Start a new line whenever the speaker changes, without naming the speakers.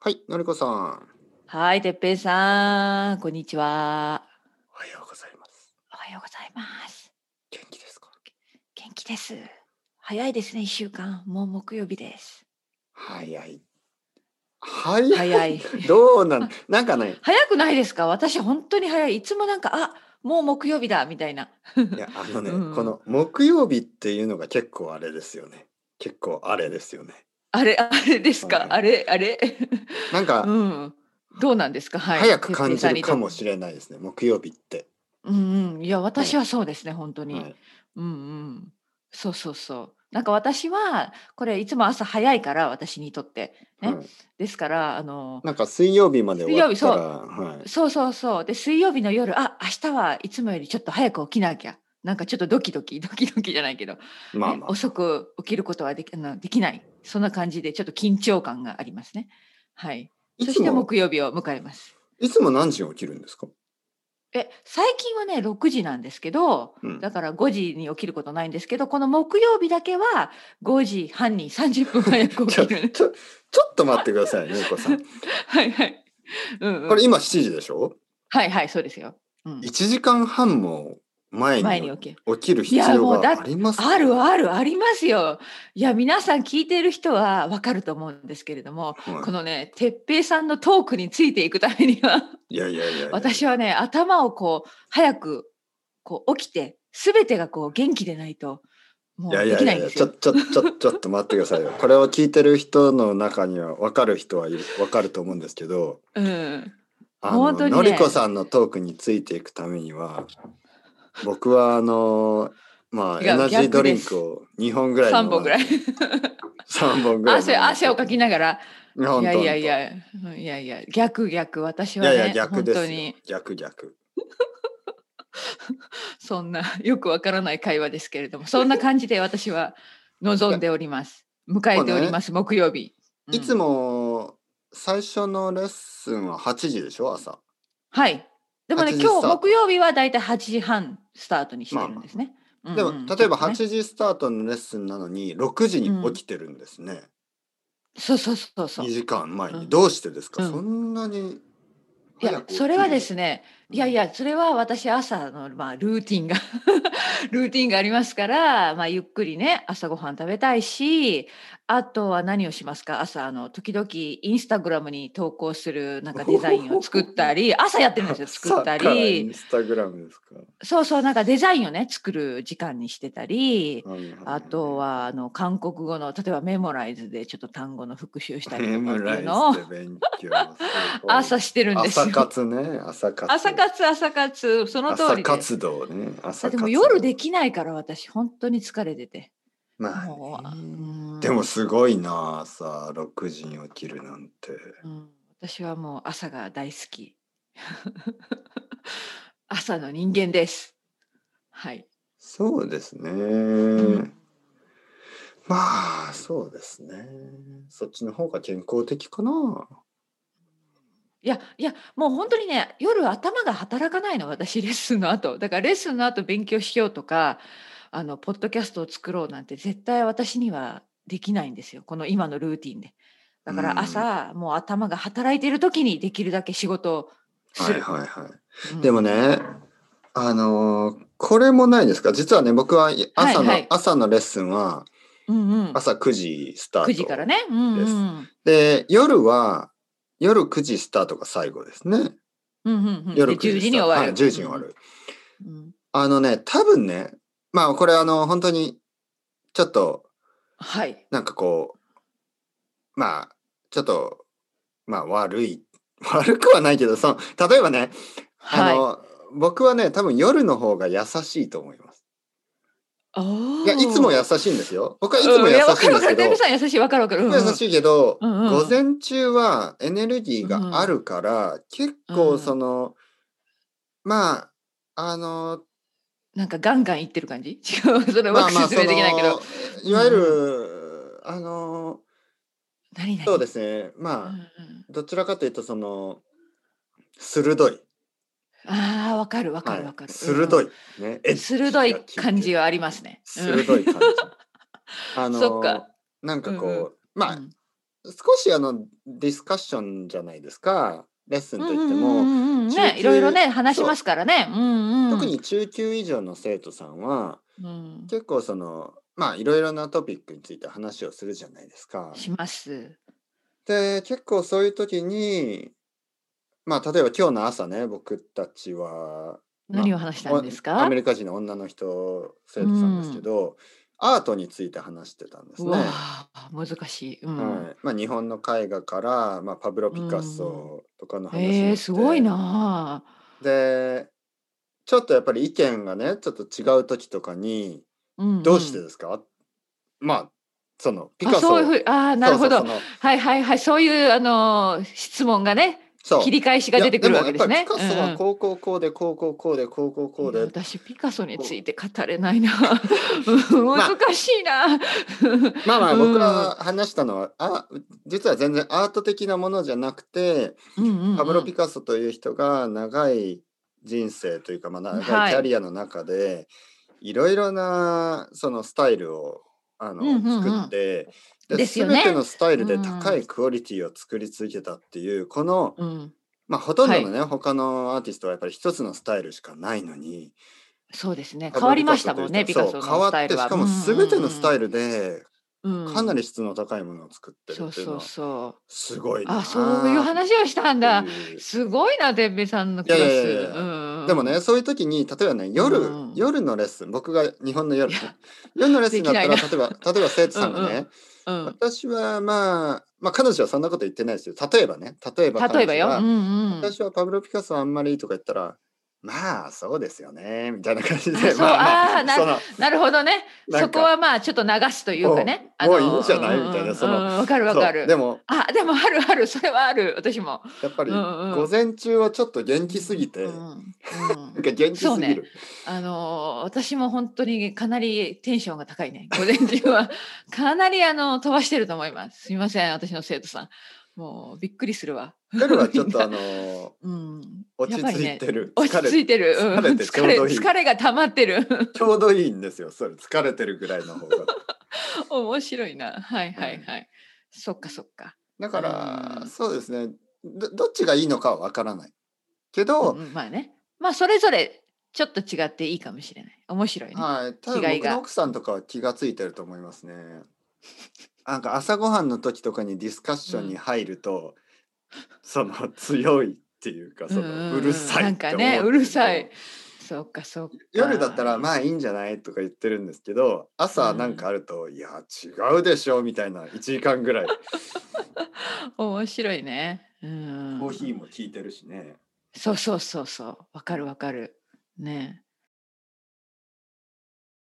はい、のりこさん。
はい、てっぺいさん、こんにちは。
おはようございます。
おはようございます。
元気ですか。
元気です。早いですね、一週間、もう木曜日です。
早い。早い。早いどうなん、なんかね。
早くないですか、私本当に早い、いつもなんか、あ。もう木曜日だみたいな。
いや、あのね、うん、この木曜日っていうのが結構あれですよね。結構あれですよね。
あれあれですか、あれあれ。
なんか、、
うん、どうなんですか、はい
早く感じるかもしれないですね、木曜日って。
うんうん、いや、私はそうですね、はい、本当に、はい、うんうん、そうそうそう。なんか私はこれいつも朝早いから私にとってね、はい、ですからあの
なんか水曜日まで終わった
らそう,、そうそうで水曜日の夜あ明日はいつもよりちょっと早く起きなきゃなんかちょっとドキドキドキドキじゃないけど、まあ、まあ、遅く起きることはできできないそんな感じでちょっと緊張感がありますね。はい。いそして木曜日を迎えます。
いつも何時に起きるんですか。
え最近はね6時なんですけど、うん、だから5時に起きることないんですけどこの木曜日だけは5時半に30分早く起きる、
ねちょちょっと待ってくださいねこ さん。
はいはい。
うんうん、これ今7時でしょ。
はいはいそうですよ。
うん、1時間半も前に起きる必要があります
あるあるありますよ。いや皆さん聞いてる人はわかると思うんですけれども、はい、このね哲平さんのトークについていくため には
いやいやいや
私はね頭をこう早くこう起きて全てがこう元気でないと。
いやいやいやちょちょちょちょっと待ってくださいよ。これを聞いてる人の中には分かる人はいる分かると思うんですけど、
うん、
あの本当に、ね、のりこさんのトークについていくためには僕はあのまあエナジードリンクを2本ぐらい
3本ぐらい
3本ぐらい
汗汗をかきながらいやいやいやいやいや逆逆私は、ね、
いやいや逆です逆逆
そんなよくわからない会話ですけれどもそんな感じで私は望んでお ります迎えております、ね、木曜日、
うん、いつも最初のレッスンは8時でしょ朝
はいでもね、今日木曜日はだいたい8時半スタートにしてるんですね。
まあまあうんうん、でも、例えば8時スタートのレッスンなのに、6時に起きてるんですね。うん、
そうそうそうそう。
2時間前に、どうしてですか、うん、そんなに。
いや、それはですね、いやいや、それは私朝の、まあ、ルーティンが ルーティンがありますから、まあ、ゆっくりね、朝ごはん食べたいし、あとは何をしますか朝、あの、時々インスタグラムに投稿するなんかデザインを作ったり、朝やってるんですよ、作ったり。
インスタグラムですか
そうそう、なんかデザインをね、作る時間にしてたり、はいはいはい、あとは、あの、韓国語の、例えばメモライズでちょっと単語の復習したりとかっていうのを、朝してるんですよ。
朝活ね、朝活。
朝活、朝活、その通り
活動ね、朝
でも夜できないから私、本当に疲れてて。
まあ、ね、でもすごいな朝6時に起きるなんて、
うん、私はもう朝が大好き 朝の人間ですはい
そうですね、うん、まあそうですねそっちの方が健康的かない
やいやもう本当にね夜頭が働かないの私レッスンの後だからレッスンの後勉強しようとかあのポッドキャストを作ろうなんて絶対私にはできないんですよこの今のルーティンでだから朝、うん、もう頭が働いてる時にできるだけ仕事をする、
はいはいはい、うん 、でもねあのー、これもないですか実はね僕は朝の、はいはい、朝のレッスンは朝9時スタートです、
うんうん、9時からね、うんうん、
で夜は夜9時スタートが最後ですね、
うんうんうん、夜
9時
10時に終わる、
はい、10時に終わる、うんうん、あのね多分ねまあこれあの本当にちょっと
はい
なんかこうまあちょっとまあ悪い 悪くはないけどその例えばね、はい、あの僕はね多分夜の方が優しいと思います。いやいつも優しいんですよ。僕はいつも優しいんですけど。うん、か
るか優しいわかるわかる。
優しいけど、うんうん、午前中はエネルギーがあるから、うん、結構その、うん、まああの
なんかガンガンいってる感じ 違う、それは説明できないけど。まあ、ま
あいわゆる、うん、あの、
何々
そうですね、まあ、うん、どちらかというと、その、鋭い。
ああ、わかるわかるわかる、はい、
鋭い、ね、
うん。鋭い感じはありますね。
鋭い感じ。あの、そっか。なんかこう、まあ、少しあのディスカッションじゃないですかレッスンといっても、
うんうんうんうん
中
ね、
級
いろいろね話しますからね。うんうん、
特に中級以上の生徒さんは
うん、
結構そのまあいろいろなトピックについて話をするじゃないですか。
します。
で結構そういう時にまあ例えば今日の朝ね僕たちは
何を話したんです
おア
か
メ？リカ人の女の人生徒さんですけど、アートについて話してたんです
う
ね。
わあ難しい。うん。
はいまあ、日本の絵画から、まあ、パブロ・ピカソとかの話もして、
えー、すごいなあ。
でちょっとやっぱり意見がねちょっと違う時とかに
うんうん
どうしてですか、まあそのピカソ
あそういうふうあーなるほど
そうそう
はいはいはいそういうあのー質問がね
そのそう
切り返しが出てくるわけです
いや
ね。
もやっぱりピカソはこうこうこうでこうこうこうでこうこうこう
い
で、
や私ピカソについて語れないなうん
まあ
難しいな、
まあまあ
うん
僕が話したのは、あ実は全然アート的なものじゃなくて
うんうんうん
パブロ・ピカソという人が長い人生というか、まあ、長いキ
はい
ャリアの中でいろいろなそのスタイルをあの、
うんうんうん
作って
ですよね
全てのスタイルで高いクオリティを作り続けたっていう、この、
うん、
まあ、ほとんどのね、他のアーティストはやっぱり一つのスタイルしかないのに
そうですね
パブ
変
ロ
わり
ピ
ま
カ
した
ソとい
も
うん
ねピカソの
そう変わ
ス
っ
タイ
て
ルは
しかも全てのスタイルでか
か
な
り
り質の高いものを作ってるっていうの
そう
は
そう
すご
そ
いうな
あそういう話をしたんだ
っていう
すごいなてっぺさんのクラス
いやいやいやいや
うんうん
でもねそういう時に例えばね夜、
うん
夜のレッスン僕が日本の夜ね
いや
夜のレッスンだったら例
で
えば例えば生徒さんがね
うん
私はまあまあ彼女はそんなこと言ってないですよ例えばね例えば彼女は
例えばよ、うんうん、
私はパブロ・ピカソはあんまりいいとか言ったらまあそうですよねみたいな感じ
あ
で
そう
ま
あーな
その
なるほどね
なんか
そこはまあちょっと流すというかね
もう
あの
もういいんじゃない
うんうん
みたいなその
うんわかるわか
そう
る
でも
あでもあるあるそれはある私も
やっぱり
うんうん
午前中はちょっと元気すぎて、
うん
な
うん
んか元気す
そう
ぎ
ね
る、
あのー私も本当にかなりテンションが高いね午前 中はかなりあの飛ばしてると思いますすみません私の生徒さんもうびっくりするわ
夜はちょっとあの
うん
落ち
やっぱ
着
りね
いてる、
落
疲
ち
れ
着いてるうん
疲れてちょ
疲
う
れ
どいい
疲れが溜まってる
ちょうどいいんですよそれ疲れてるぐらいの方が。
面白いなはいはいはい、そっかそっか
だから、
うん
そうですねどどっちがいいのかはわからないけど、
うんうんまあねまあそれぞれちょっと違っていいかもしれない面白いね、
はい、多分
違い
僕
が
の奥さんとかは気がついてると思い ますね。なんか朝ごはんの時とかにディスカッションに入ると、その強いっていうかそ
んん
の
ん
うるさい
な
っ
ん
て思
か
う
ねうるさいそうかそうか
夜だったらまあいいんじゃないとか言ってるんですけど朝なんかあると、いや違うでしょみたいな1時間ぐらい
面白いねうん
コーヒーも効いてるしね。
そうそうそうそうわかるわかるね